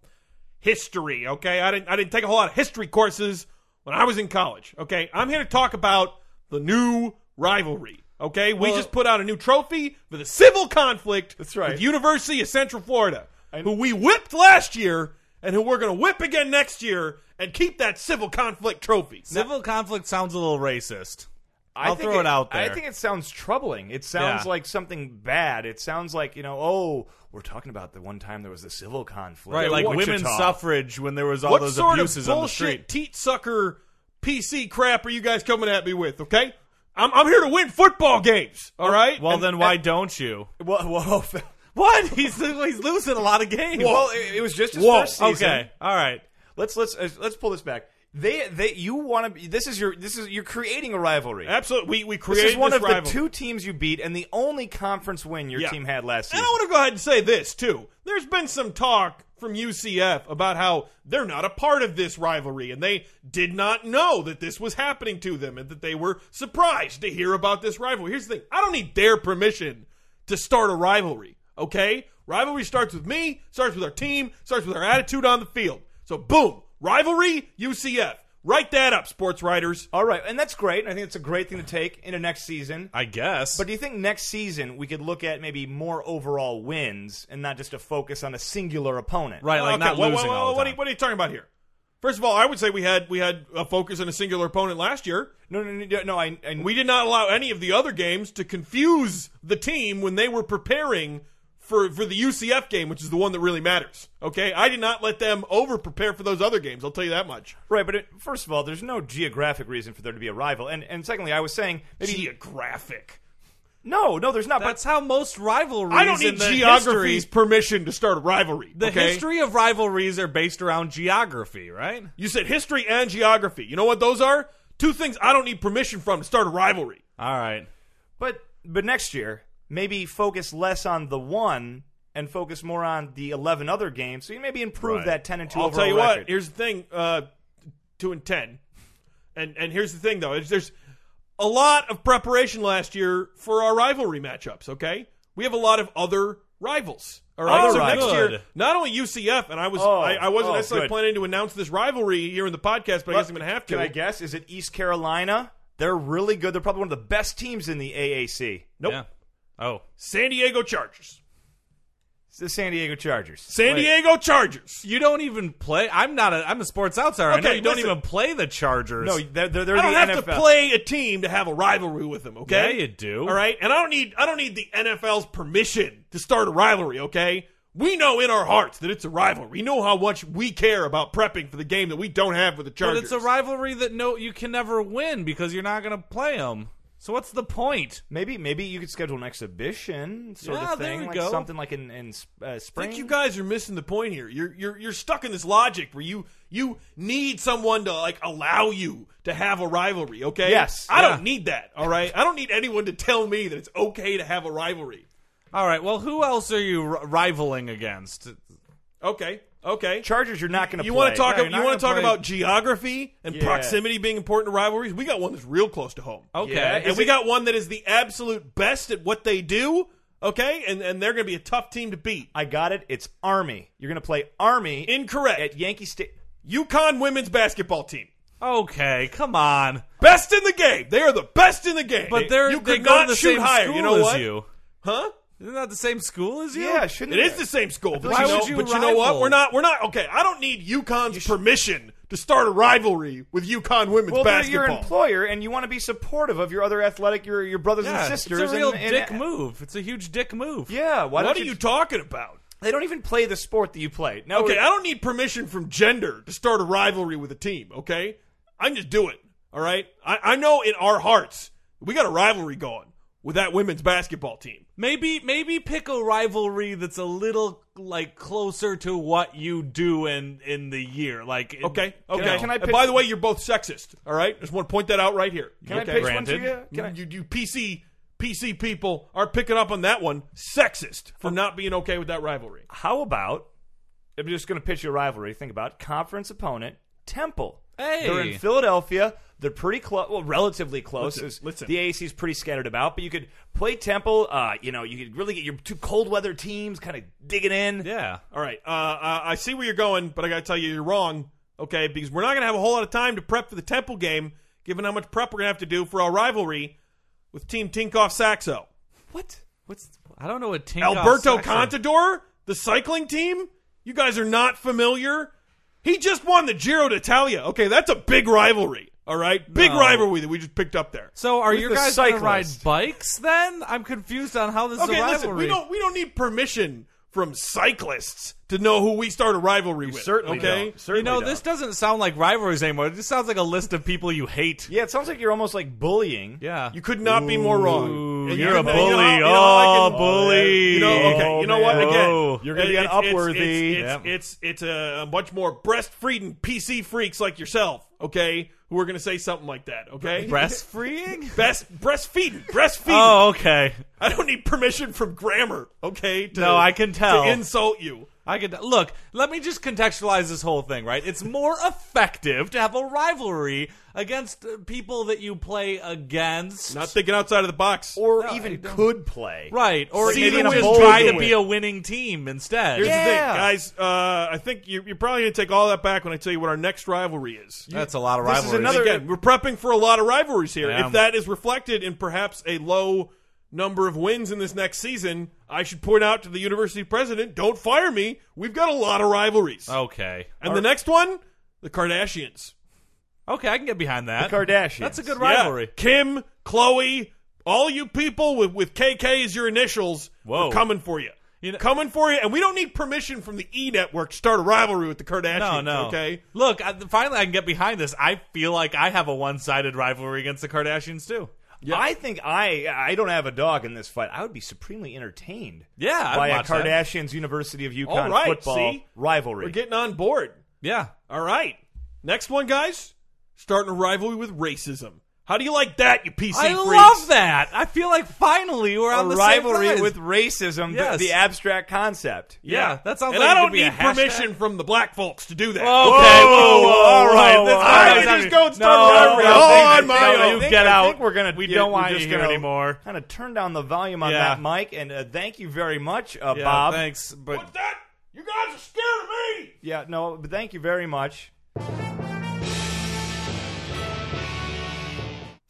Speaker 2: history. Okay, I didn't I didn't take a whole lot of history courses when I was in college. Okay, I'm here to talk about the new rivalry. Okay, we just put out a new trophy for the civil conflict.
Speaker 3: That's right.
Speaker 2: With University of Central Florida, who we whipped last year and who we're gonna whip again next year and keep that civil conflict trophy.
Speaker 1: Civil conflict sounds a little racist.
Speaker 3: I
Speaker 1: I'll
Speaker 3: think
Speaker 1: throw it out
Speaker 3: I
Speaker 1: there.
Speaker 3: think it sounds troubling. It sounds
Speaker 1: Yeah.
Speaker 3: like something bad. It sounds like, you know, oh, we're talking about the one time there was the civil conflict.
Speaker 1: Right,
Speaker 3: in
Speaker 1: like
Speaker 3: Wichita.
Speaker 1: women's suffrage when there was all
Speaker 2: what
Speaker 1: those
Speaker 2: sort
Speaker 1: abuses
Speaker 2: of
Speaker 1: on the
Speaker 2: bullshit
Speaker 1: street.
Speaker 2: teat sucker PC crap are you guys coming at me with? Okay, I'm, I'm here to win football games. All right.
Speaker 1: Oh, Well,
Speaker 2: And-
Speaker 1: then why don't you?
Speaker 3: Whoa, whoa, Phil.
Speaker 1: What? He's he's losing a lot of games.
Speaker 3: Well, it, it was just his
Speaker 1: Whoa.
Speaker 3: first season.
Speaker 1: Okay. All right.
Speaker 3: Let's let's uh, let's pull this back. They they you want to this is your this is you're creating a rivalry.
Speaker 2: absolutely, we we
Speaker 3: This
Speaker 2: created
Speaker 3: is one of
Speaker 2: rivalry.
Speaker 3: the two teams you beat and the only conference win your
Speaker 2: Yeah.
Speaker 3: team had last
Speaker 2: And I
Speaker 3: season.
Speaker 2: want to go ahead and say this too. There's been some talk from UCF about how they're not a part of this rivalry and they did not know that this was happening to them and that they were surprised to hear about this rivalry. Here's the thing. I don't need their permission to start a rivalry, okay? Rivalry starts with me, starts with our team, starts with our attitude on the field. So boom, rivalry UCF. Write that up, sports writers.
Speaker 3: All right, and that's great. I think it's a great thing to take into next season.
Speaker 1: I guess.
Speaker 3: But do you think next season we could look at maybe more overall wins and not just a focus on a singular opponent?
Speaker 1: right, like
Speaker 2: Okay,
Speaker 1: not
Speaker 2: whoa, whoa,
Speaker 1: losing
Speaker 2: whoa,
Speaker 1: all the
Speaker 2: what, Are
Speaker 1: time.
Speaker 2: you, what are you talking about here? First of all, I would say we had we had a focus on a singular opponent last year.
Speaker 3: No, no, no, no. no I, I
Speaker 2: We did not allow any of the other games to confuse the team when they were preparing for, for the UCF game, which is the one that really matters. Okay? I did not let them over prepare for those other games, I'll tell you that much.
Speaker 3: right, but it, first of all, there's no geographic reason for there to be a rival, and and secondly, I was saying maybe
Speaker 2: Geographic.
Speaker 3: no, no, there's not.
Speaker 1: That's how most rivalries.
Speaker 2: I don't need
Speaker 1: in the
Speaker 2: geography's
Speaker 1: history-
Speaker 2: permission to start a rivalry.
Speaker 1: the
Speaker 2: okay?
Speaker 1: history of rivalries are based around geography, right?
Speaker 2: You said history and geography. You know what those are? Two things I don't need permission from to start a rivalry.
Speaker 1: All right.
Speaker 3: But but next year, maybe focus less on the one and focus more on the eleven other games. So you maybe improve
Speaker 1: Right.
Speaker 3: that ten and 2
Speaker 2: I'll
Speaker 3: overall
Speaker 2: tell you
Speaker 3: record.
Speaker 2: what. Here's the thing: uh, two and ten, and and here's the thing though: is there's a lot of preparation last year for our rivalry matchups. Okay, we have a lot of other rivals. All right,
Speaker 1: Other
Speaker 2: so next
Speaker 1: rivals.
Speaker 2: year, not only UCF, and I was
Speaker 3: Oh,
Speaker 2: I, I
Speaker 3: oh,
Speaker 2: wasn't necessarily
Speaker 3: good.
Speaker 2: planning to announce this rivalry here in the podcast, but I guess I'm gonna have to.
Speaker 3: Can I guess? Is it East Carolina? They're really good. They're probably one of the best teams in the AAC.
Speaker 2: Nope.
Speaker 1: Yeah. Oh.
Speaker 2: San Diego Chargers.
Speaker 3: It's the San Diego Chargers.
Speaker 2: San
Speaker 1: Wait.
Speaker 2: Diego Chargers.
Speaker 1: You don't even play. I'm not a. I'm a sports outsider. I know
Speaker 2: Okay,
Speaker 1: you don't
Speaker 2: listen.
Speaker 1: even play the Chargers.
Speaker 3: No, they're they're, they're
Speaker 2: I don't
Speaker 3: the
Speaker 2: have
Speaker 3: NFL.
Speaker 2: to play a team to have a rivalry with them. Okay,
Speaker 1: Yeah, you do.
Speaker 2: All right, and I don't need I don't need the NFL's permission to start a rivalry. Okay, we know in our hearts that it's a rivalry. We know how much we care about prepping for the game that we don't have with the
Speaker 1: but
Speaker 2: Chargers.
Speaker 1: it's a rivalry that no, you can never win because you're not going to play them. So what's the point?
Speaker 3: Maybe maybe you could schedule an exhibition sort
Speaker 1: Yeah,
Speaker 3: of
Speaker 1: there
Speaker 3: thing,
Speaker 1: we
Speaker 3: like
Speaker 1: go.
Speaker 3: something like in in uh,
Speaker 2: I
Speaker 3: spring.
Speaker 2: think you guys are missing the point here. You're you're you're stuck in this logic where you you need someone to like allow you to have a rivalry. Okay,
Speaker 3: Yes,
Speaker 2: I
Speaker 1: yeah.
Speaker 2: don't need that. All right, I don't need anyone to tell me that it's okay to have a rivalry.
Speaker 1: All right. Well, who else are you r- rivaling against?
Speaker 2: Okay, Okay.
Speaker 3: Chargers, you're not going to.
Speaker 2: You
Speaker 3: want
Speaker 2: want to talk?
Speaker 4: Yeah, you're
Speaker 2: you
Speaker 4: not
Speaker 2: want to
Speaker 4: gonna
Speaker 2: talk
Speaker 4: play-
Speaker 2: about geography and
Speaker 3: Yeah.
Speaker 2: proximity being important to rivalries? We got one that's real close to home.
Speaker 4: Okay.
Speaker 3: Yeah,
Speaker 2: and
Speaker 3: is
Speaker 2: we
Speaker 3: it-
Speaker 2: got one that is the absolute best at what they do. Okay, and and they're going to be a tough team to beat.
Speaker 3: I got it. It's Army. You're going to play Army
Speaker 2: Incorrect.
Speaker 3: at Yankee State.
Speaker 2: UConn women's basketball team,
Speaker 1: Okay, come on.
Speaker 2: best in the game. They are the best in the game.
Speaker 1: But they're
Speaker 2: you
Speaker 1: they
Speaker 2: could
Speaker 1: go
Speaker 2: not
Speaker 1: to the
Speaker 2: shoot
Speaker 1: same
Speaker 2: higher.
Speaker 1: school
Speaker 2: You know
Speaker 1: as
Speaker 2: what?
Speaker 1: you.
Speaker 2: Huh?
Speaker 1: Isn't that the same school as you?
Speaker 3: Yeah, shouldn't
Speaker 2: It is the same school. But
Speaker 1: like
Speaker 2: you
Speaker 1: you
Speaker 2: know,
Speaker 1: should
Speaker 2: but you know what?
Speaker 1: rival.
Speaker 2: We're not. We're not. Okay, I don't need UConn's permission to start a rivalry with UConn women's
Speaker 3: Well, they're
Speaker 2: basketball.
Speaker 3: your employer, and you want to be supportive of your other athletic, your your brothers
Speaker 1: Yeah,
Speaker 3: and sisters.
Speaker 1: it's a real
Speaker 3: and- and-
Speaker 1: dick move. It's a huge dick move.
Speaker 3: Yeah. Why
Speaker 2: what
Speaker 3: don't
Speaker 2: are you talking about?
Speaker 3: They don't even play the sport that you play. No.
Speaker 2: Okay, I don't need permission from gender to start a rivalry with a team, okay? I can just do it, all right? I, I know in our hearts, we got a rivalry going with that women's basketball team.
Speaker 1: Maybe maybe pick a rivalry that's a little like closer to what you do in in the year. Like in-
Speaker 2: Okay, okay.
Speaker 3: I- can I
Speaker 2: And
Speaker 3: pitch-
Speaker 2: by the way, you're both sexist, all right? Just want to point that out right here.
Speaker 3: Can
Speaker 2: okay?
Speaker 3: I pitch one to
Speaker 1: granted.
Speaker 3: you? Can I-
Speaker 2: you, you PC, PC people are picking up on that one. Sexist for not being okay with that rivalry.
Speaker 3: How about? I'm just going to pitch you a rivalry. Think about it. conference opponent Temple.
Speaker 1: Hey.
Speaker 3: They're in Philadelphia. They're pretty close, well, relatively close.
Speaker 2: Listen,
Speaker 3: It's-
Speaker 2: listen.
Speaker 3: The AAC is pretty scattered about, but you could play Temple. Uh, you know, you could really get your two cold weather teams kind of digging in.
Speaker 1: Yeah.
Speaker 2: All right, uh, I I see where you're going, but I got to tell you, you're wrong. Okay, because we're not going to have a whole lot of time to prep for the Temple game, given how much prep we're going to have to do for our rivalry with Team Tinkoff Saxo.
Speaker 1: What? What's I don't know what Tinkoff
Speaker 2: Alberto
Speaker 1: Saxo-
Speaker 2: Contador, the cycling team. You guys are not familiar. He just won the Giro d'Italia. Okay, that's a big rivalry. All right, big
Speaker 1: No.
Speaker 2: rivalry that we just picked up there.
Speaker 1: So are
Speaker 3: With
Speaker 1: you
Speaker 3: the
Speaker 1: guys going to ride
Speaker 3: cyclist.
Speaker 1: bikes then? I'm confused on how this is a
Speaker 2: Okay,
Speaker 1: rivalry.
Speaker 2: listen, we don't we don't need permission from cyclists to know who we start a rivalry with.
Speaker 3: certainly
Speaker 2: okay.
Speaker 3: don't. Certainly
Speaker 1: you know,
Speaker 3: don't.
Speaker 1: this doesn't sound like rivalries anymore. It just sounds like a list of people you hate.
Speaker 3: Yeah, it sounds like you're almost like bullying.
Speaker 1: Yeah.
Speaker 2: You could not be more wrong.
Speaker 1: Ooh,
Speaker 2: And
Speaker 1: you're a
Speaker 2: could-
Speaker 1: bully.
Speaker 2: you know how- you know how I
Speaker 1: oh,
Speaker 2: can-
Speaker 1: bully.
Speaker 2: You know, okay. You know what?
Speaker 3: man.
Speaker 2: Again,
Speaker 1: Oh.
Speaker 3: You're gonna be
Speaker 2: it-
Speaker 3: on
Speaker 2: it's- it's-
Speaker 3: Upworthy.
Speaker 2: It's it's,
Speaker 1: Yep.
Speaker 2: it's, it's a much more breast freeding PC freaks like yourself, okay, who are going to say something like that, okay?
Speaker 1: breastfreeing?
Speaker 2: Best breastfeeding, breastfeeding.
Speaker 1: oh, okay.
Speaker 2: I don't need permission from grammar, okay? To,
Speaker 1: No, I can tell.
Speaker 2: to insult you.
Speaker 1: I could look. Let me just contextualize this whole thing, right? It's more effective to have a rivalry against uh, people that you play against,
Speaker 2: Not thinking outside of the box.
Speaker 3: Or even could play.
Speaker 1: right? Or
Speaker 2: See
Speaker 1: even
Speaker 2: the
Speaker 1: just
Speaker 2: win.
Speaker 1: try
Speaker 2: Bold
Speaker 1: to be
Speaker 2: win.
Speaker 1: a winning team instead.
Speaker 2: Here's the thing,
Speaker 3: Yeah.
Speaker 2: guys. Uh, I think you're, you're probably going to take all that back when I tell you what our next rivalry is.
Speaker 1: That's a lot of
Speaker 3: This
Speaker 1: rivalries.
Speaker 3: is another-
Speaker 2: again, we're prepping for a lot of rivalries here.
Speaker 1: Yeah.
Speaker 2: If that is reflected in perhaps a low number of wins in this next season, I should point out to the university president, don't fire me. We've got a lot of rivalries.
Speaker 1: Okay.
Speaker 2: and the next one, the Kardashians.
Speaker 1: Okay, I can get behind that.
Speaker 3: The Kardashians.
Speaker 1: That's a good
Speaker 2: Yeah.
Speaker 1: rivalry.
Speaker 2: Kim, Chloe, all you people with, with KK as your initials,
Speaker 1: Whoa.
Speaker 2: we're coming for you.
Speaker 1: You know-
Speaker 2: coming for you, and we don't need permission from the E Network to start a rivalry with the Kardashians.
Speaker 1: No, no.
Speaker 2: Okay.
Speaker 1: Look, I, finally, I can get behind this. I feel like I have a one-sided rivalry against the Kardashians too.
Speaker 3: I think I I don't have a dog in this fight. I would be supremely entertained.
Speaker 1: Yeah, I'd
Speaker 3: by a
Speaker 1: watch that.
Speaker 3: Kardashians University of UConn
Speaker 2: All right,
Speaker 3: football
Speaker 2: see?
Speaker 3: rivalry.
Speaker 2: We're getting on board.
Speaker 1: Yeah.
Speaker 2: All right. Next one, guys. Starting a rivalry with racism. How do you like that, you PC
Speaker 1: I
Speaker 2: freaks?
Speaker 1: love that. I feel like finally we're
Speaker 3: a
Speaker 1: on the same
Speaker 3: rivalry
Speaker 1: side.
Speaker 3: with racism, the-
Speaker 1: Yes.
Speaker 3: the, abstract concept.
Speaker 1: Yeah, that sounds
Speaker 2: And
Speaker 1: like
Speaker 2: I
Speaker 1: it could
Speaker 2: don't
Speaker 1: be a
Speaker 2: need
Speaker 1: hashtag.
Speaker 2: permission from the black folks to do that.
Speaker 1: Okay, whoa, whoa,
Speaker 3: whoa,
Speaker 1: all right.
Speaker 3: whoa,
Speaker 1: That's
Speaker 3: whoa.
Speaker 1: not-
Speaker 3: I
Speaker 1: that's
Speaker 3: just
Speaker 1: not-
Speaker 3: go and start
Speaker 1: no,
Speaker 3: an argument.
Speaker 1: no,
Speaker 2: All on
Speaker 1: no,
Speaker 2: my
Speaker 1: no,
Speaker 2: own.
Speaker 1: You
Speaker 2: I think-
Speaker 1: get
Speaker 3: I
Speaker 1: out.
Speaker 3: think we're gonna.
Speaker 1: We
Speaker 3: yeah,
Speaker 1: don't
Speaker 3: we're
Speaker 1: want you
Speaker 3: just
Speaker 1: here
Speaker 3: gonna
Speaker 1: anymore.
Speaker 3: Kind of turn down the volume on
Speaker 1: Yeah.
Speaker 3: that mic, and uh, thank you very much, uh,
Speaker 1: Yeah,
Speaker 3: Bob.
Speaker 1: Thanks, but
Speaker 2: What's that? You guys are scared of me.
Speaker 3: Yeah, no, but thank you very much.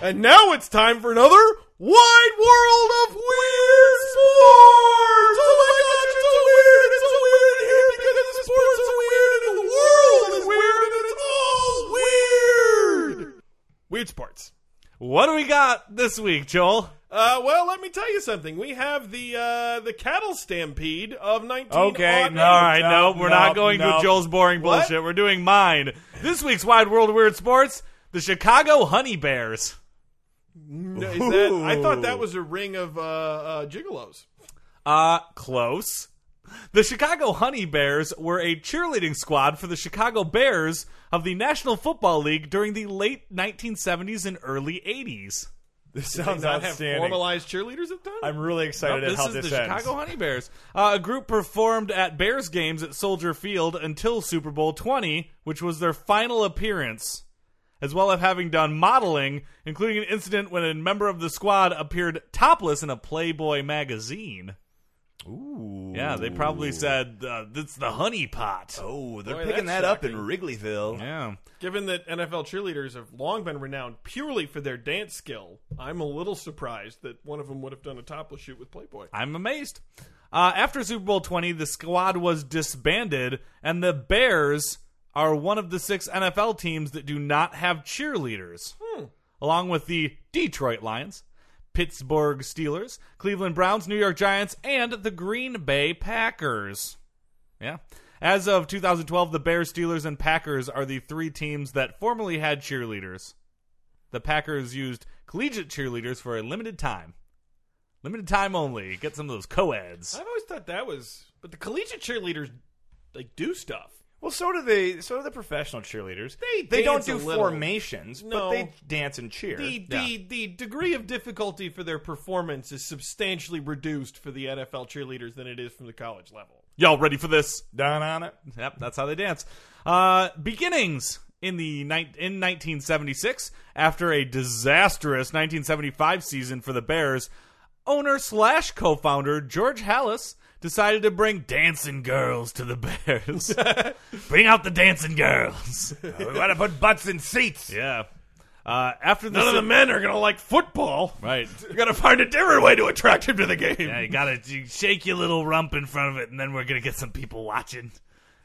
Speaker 2: And now it's time for another wide world of weird sports. Oh my gosh, it's so weird! It's so weird in here because the sports are weird and the world is weird and it's all weird. Weird sports.
Speaker 1: What do we got this week, Joel?
Speaker 2: Uh, well, let me tell you something. We have the uh, the cattle stampede of oh, 19.
Speaker 3: Okay,
Speaker 1: All right,
Speaker 3: No,
Speaker 1: no, we're
Speaker 3: no,
Speaker 1: not going
Speaker 3: no.
Speaker 1: to Joel's boring
Speaker 2: What?
Speaker 1: bullshit. We're doing mine. This week's Wide World of Weird Sports, the Chicago Honey Bears.
Speaker 2: No, is that- I thought
Speaker 3: Ooh.
Speaker 2: that was a ring of uh, uh, gigolos.
Speaker 1: Uh, close. The Chicago Honey Bears were a cheerleading squad for the Chicago Bears of the National Football League during the late 1970s and early 80s.
Speaker 3: This sounds
Speaker 2: Not have
Speaker 3: outstanding.
Speaker 2: formalized cheerleaders at the time.
Speaker 3: I'm really excited
Speaker 1: Nope,
Speaker 3: at
Speaker 1: this
Speaker 3: how
Speaker 1: is
Speaker 3: this
Speaker 1: the
Speaker 3: ends.
Speaker 1: Chicago Honey Bears. Uh, a group performed at Bears games at Soldier Field until Super Bowl 20, which was their final appearance, as well as having done modeling, including an incident when a member of the squad appeared topless in a Playboy magazine.
Speaker 4: Ooh.
Speaker 1: Yeah, they probably said, uh, that's the honey pot.
Speaker 4: Oh, they're
Speaker 2: Boy,
Speaker 4: picking
Speaker 2: that's
Speaker 4: that up in Wrigleyville.
Speaker 1: Yeah.
Speaker 2: Given that NFL cheerleaders have long been renowned purely for their dance skill, I'm a little surprised that one of them would have done a topless shoot with Playboy.
Speaker 1: I'm amazed. Uh, after Super Bowl 20, the squad was disbanded, and the Bears are one of the six NFL teams that do not have cheerleaders,
Speaker 2: Hmm.
Speaker 1: along with the Detroit Lions, Pittsburgh Steelers, Cleveland Browns, New York Giants, and the Green Bay Packers. Yeah. As of 2012, the Bears, Steelers, and Packers are the three teams that formerly had cheerleaders. The Packers used collegiate cheerleaders for a limited time. Limited time only. Get some of those co-eds.
Speaker 2: I've always thought that was, but the collegiate cheerleaders like do stuff.
Speaker 3: Well, so do they. So do the professional cheerleaders.
Speaker 2: They
Speaker 3: they don't
Speaker 2: dance
Speaker 3: do
Speaker 2: a little.
Speaker 3: formations, but
Speaker 2: No.
Speaker 3: they dance and cheer.
Speaker 2: The, the the degree of difficulty for their performance is substantially reduced for the NFL cheerleaders than it is from the college level.
Speaker 1: Y'all ready for this?
Speaker 3: Done on it.
Speaker 1: Yep, that's how they dance. Uh, beginnings in the ni- in 1976 after a disastrous 1975 season for the Bears, owner slash co-founder George Hallis decided to bring dancing girls to the Bears. bring out the dancing girls.
Speaker 3: we want to put butts in seats.
Speaker 1: yeah. Uh, after the
Speaker 2: None of the men are gonna like football.
Speaker 1: right.
Speaker 2: You gotta find a different way to attract him to the game.
Speaker 1: Yeah, you gotta you shake your little rump in front of it, and then we're gonna get some people watching.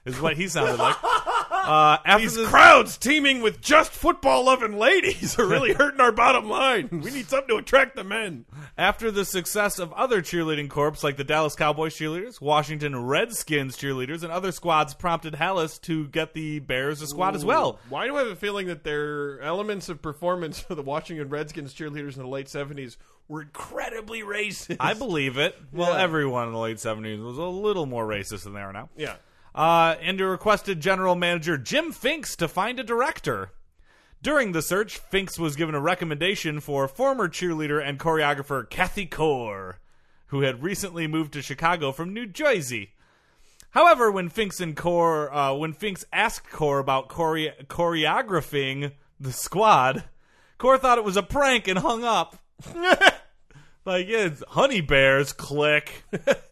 Speaker 1: Is what he sounded like. Uh, after
Speaker 2: These
Speaker 1: the-
Speaker 2: crowds teeming with just football loving ladies are really hurting our bottom line. We need something to attract the men.
Speaker 1: After the success of other cheerleading corps like the Dallas Cowboys cheerleaders, Washington Redskins cheerleaders, and other squads prompted Hallis to get the Bears a squad as well.
Speaker 2: Why do I have a feeling that their elements of performance for the Washington Redskins cheerleaders in the late 70s were incredibly racist?
Speaker 1: I believe it. Well,
Speaker 2: Yeah.
Speaker 1: everyone in the late 70s was a little more racist than they are now.
Speaker 2: yeah.
Speaker 1: Uh, and he requested general manager Jim Finks to find a director. During the search, Finks was given a recommendation for former cheerleader and choreographer Kathy Corr, who had recently moved to Chicago from New Jersey. However, when Finks and Corr, uh, when Finks asked Corr about chore- choreographing the squad, Corr thought it was a prank and hung up. like, yeah, it's honey bears, click.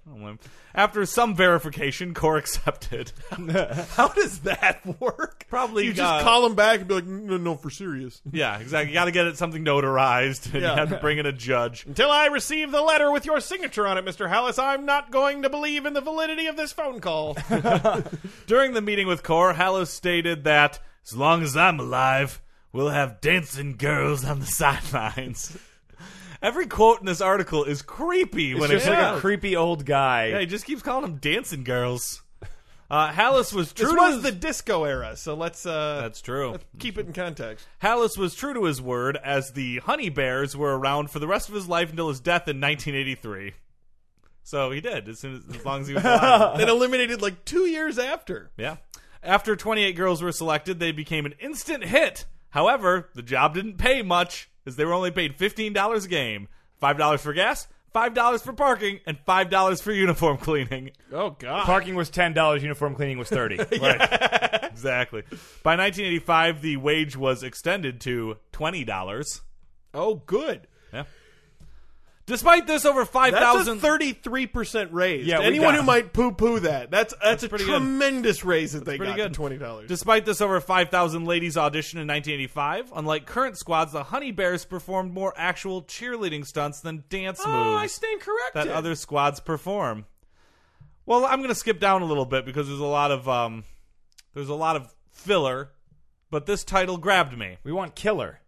Speaker 1: After some verification, Corr accepted.
Speaker 2: How does that work?
Speaker 1: Probably
Speaker 2: You
Speaker 1: got-
Speaker 2: just call them back and be like, no, no, for serious.
Speaker 1: Yeah, exactly. You got to get it something notarized, and
Speaker 2: Yeah.
Speaker 1: you have to bring in a judge.
Speaker 2: Until I receive the letter with your signature on it, Mr. Hallis, I'm not going to believe in the validity of this phone call.
Speaker 1: During the meeting with Core, Hallow stated that as long as I'm alive, we'll have dancing girls on the sidelines. Every quote in this article is creepy when
Speaker 3: It's
Speaker 1: it
Speaker 3: just
Speaker 1: comes
Speaker 3: like
Speaker 1: out.
Speaker 3: a creepy old guy.
Speaker 1: Yeah, he just keeps calling them dancing girls. Uh, Hallis was true.
Speaker 2: this
Speaker 1: to
Speaker 2: was
Speaker 1: his-
Speaker 2: the disco era, so let's uh,
Speaker 1: That's true.
Speaker 2: let's keep it in context.
Speaker 1: Hallis was true to his word, as the Honey Bears were around for the rest of his life until his death in 1983. So he did, as, soon as, as long as he was alive.
Speaker 2: Then eliminated like two years after.
Speaker 1: Yeah. After 28 girls were selected, they became an instant hit. However, the job didn't pay much, as they were only paid $15 a game $5 for gas, $5 for parking, and $5 for uniform cleaning.
Speaker 2: Oh God!
Speaker 3: Parking was ten dollars. Uniform cleaning was thirty. Right.
Speaker 1: Exactly. By 1985, the wage was extended to $20.
Speaker 2: Oh, good.
Speaker 1: Despite this, over
Speaker 2: That's
Speaker 1: 5,000.
Speaker 2: a thirty-three percent raise.
Speaker 3: Yeah,
Speaker 2: Yeah,
Speaker 3: we
Speaker 2: anyone
Speaker 3: got-
Speaker 2: who might poo-poo that, that's that's, a
Speaker 1: pretty good.
Speaker 2: tremendous raise that they
Speaker 1: pretty
Speaker 2: got. to
Speaker 1: good.
Speaker 2: Twenty dollars.
Speaker 1: Despite this, over 5,000 ladies auditioned in 1985. Unlike current squads, the Honey Bears performed more actual cheerleading stunts than dance
Speaker 2: Oh, I
Speaker 1: moves.
Speaker 2: stand corrected.
Speaker 1: that
Speaker 3: uh,
Speaker 1: other squads perform. Well, I'm going to skip down a little bit because there's a lot of um, there's a lot of filler, but this title grabbed me.
Speaker 3: we want killer.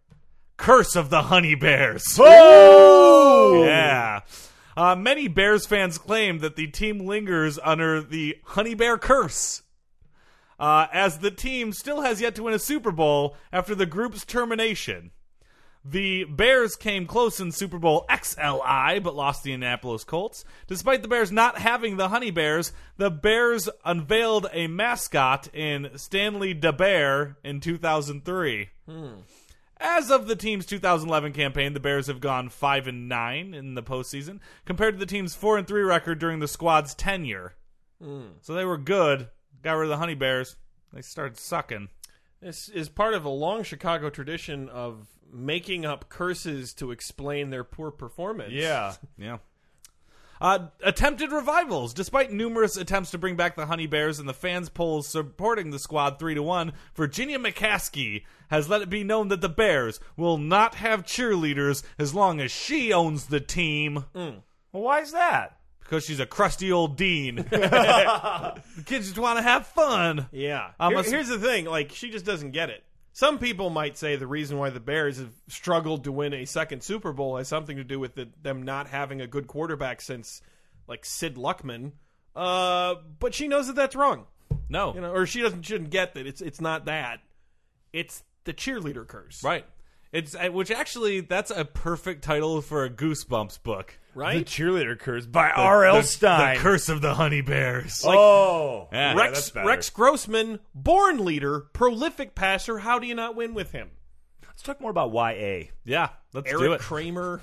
Speaker 1: Curse of the Honey Bears. Yeah. Uh, many Bears fans claim that the team lingers under the Honey Bear curse, uh, as the team still has yet to win a Super Bowl after the group's termination. The Bears came close in Super Bowl XLI, but lost the Indianapolis Colts. Despite the Bears not having the Honey Bears, the Bears unveiled a mascot in Stanley DeBear in 2003. As of the team's 2011 campaign, the Bears have gone five and nine in the postseason, compared to the team's four and three record during the squad's tenure. So they were good. Got rid of the Honey Bears. They started sucking.
Speaker 2: This is part of a long Chicago tradition of making up curses to explain their poor performance.
Speaker 3: Yeah.
Speaker 1: Yeah. Uh, attempted revivals. Despite numerous attempts to bring back the Honey Bears and the fans' polls supporting the squad 3 to 1, Virginia McCaskey has let it be known that the Bears will not have cheerleaders as long as she owns the team.
Speaker 3: Well, why is that?
Speaker 1: because she's a crusty old dean. the kids just want to have fun.
Speaker 2: Yeah.
Speaker 1: Um,
Speaker 2: Here-
Speaker 1: let's-
Speaker 2: here's the thing: like, she just doesn't get it. Some people might say the reason why the Bears have struggled to win a second Super Bowl has something to do with the, them not having a good quarterback since, like, Sid Luckman. Uh, but she knows that that's wrong,
Speaker 1: No,
Speaker 2: you know, or she doesn't shouldn't get that it's it's not that, it's the cheerleader curse,
Speaker 1: right? It's uh, which actually that's a perfect title for a Goosebumps book.
Speaker 3: The
Speaker 2: Right?
Speaker 3: cheerleader curse by R.L.
Speaker 1: The-
Speaker 3: Stein.
Speaker 1: the curse of the honey bears.
Speaker 3: oh,
Speaker 1: Yeah.
Speaker 3: Yeah, that's
Speaker 2: Rex
Speaker 3: better.
Speaker 2: Rex Grossman, born leader, prolific passer. How do you not win with him?
Speaker 3: Let's talk more about YA.
Speaker 1: yeah, let's do
Speaker 2: Eric
Speaker 1: it.
Speaker 2: Kramer.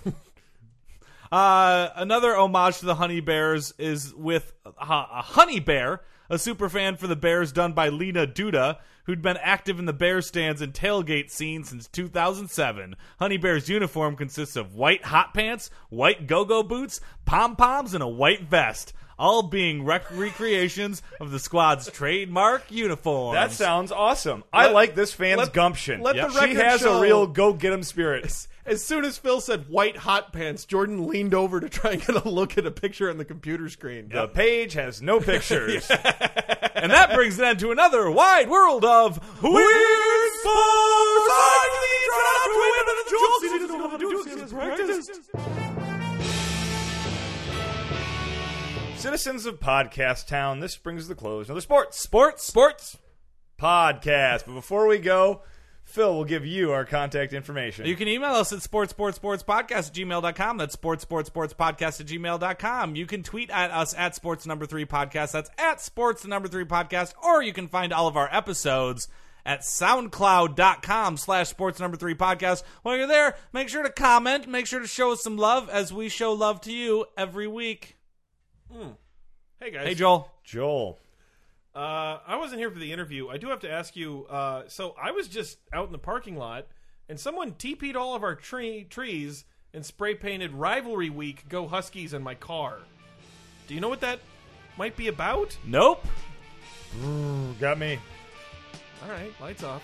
Speaker 1: Uh, another homage to the honey bears is with a, a honey bear, a super fan for the Bears done by Lena Duda, who'd been active in the bear stands and tailgate scene since 2007. Honey Bear's uniform consists of white hot pants, white go-go boots, pom-poms, and a white vest. All being rec- recreations of the squad's trademark uniforms.
Speaker 3: That sounds awesome. I like this fan's
Speaker 2: let-
Speaker 3: gumption.
Speaker 2: let the
Speaker 3: she
Speaker 2: record
Speaker 3: has
Speaker 2: show-
Speaker 3: a real go get 'em spirit.
Speaker 2: As soon as Phil said white hot pants, Jordan leaned over to try and get a look at a picture on the computer screen.
Speaker 3: The page has no pictures.
Speaker 1: and that brings it to another wide world of weird sports.
Speaker 3: Citizens of Podcast Town, this brings the close another sports
Speaker 1: Sports, sports.
Speaker 3: podcast. But before we go, Phil will give you our contact information.
Speaker 1: You can email us at sports, sports, sports podcast at gmail.com. That's sports, sports, sports podcast at gmail.com. You can tweet at us at sports number three podcast. That's at sports the number three podcast. Or you can find all of our episodes at soundcloud.com slash sports number three podcast. While you're there, make sure to comment. Make sure to show us some love as we show love to you every week.
Speaker 2: Hey guys,
Speaker 1: Hey, Joel.
Speaker 3: Joel.
Speaker 2: Uh, I wasn't here for the interview. I do have to ask you. Uh, so I was just out in the parking lot, and someone TP'd all of our tree trees and spray painted "Rivalry Week, Go Huskies" in my car. Do you know what that might be about?
Speaker 1: Nope.
Speaker 3: Got me.
Speaker 2: All right, lights off.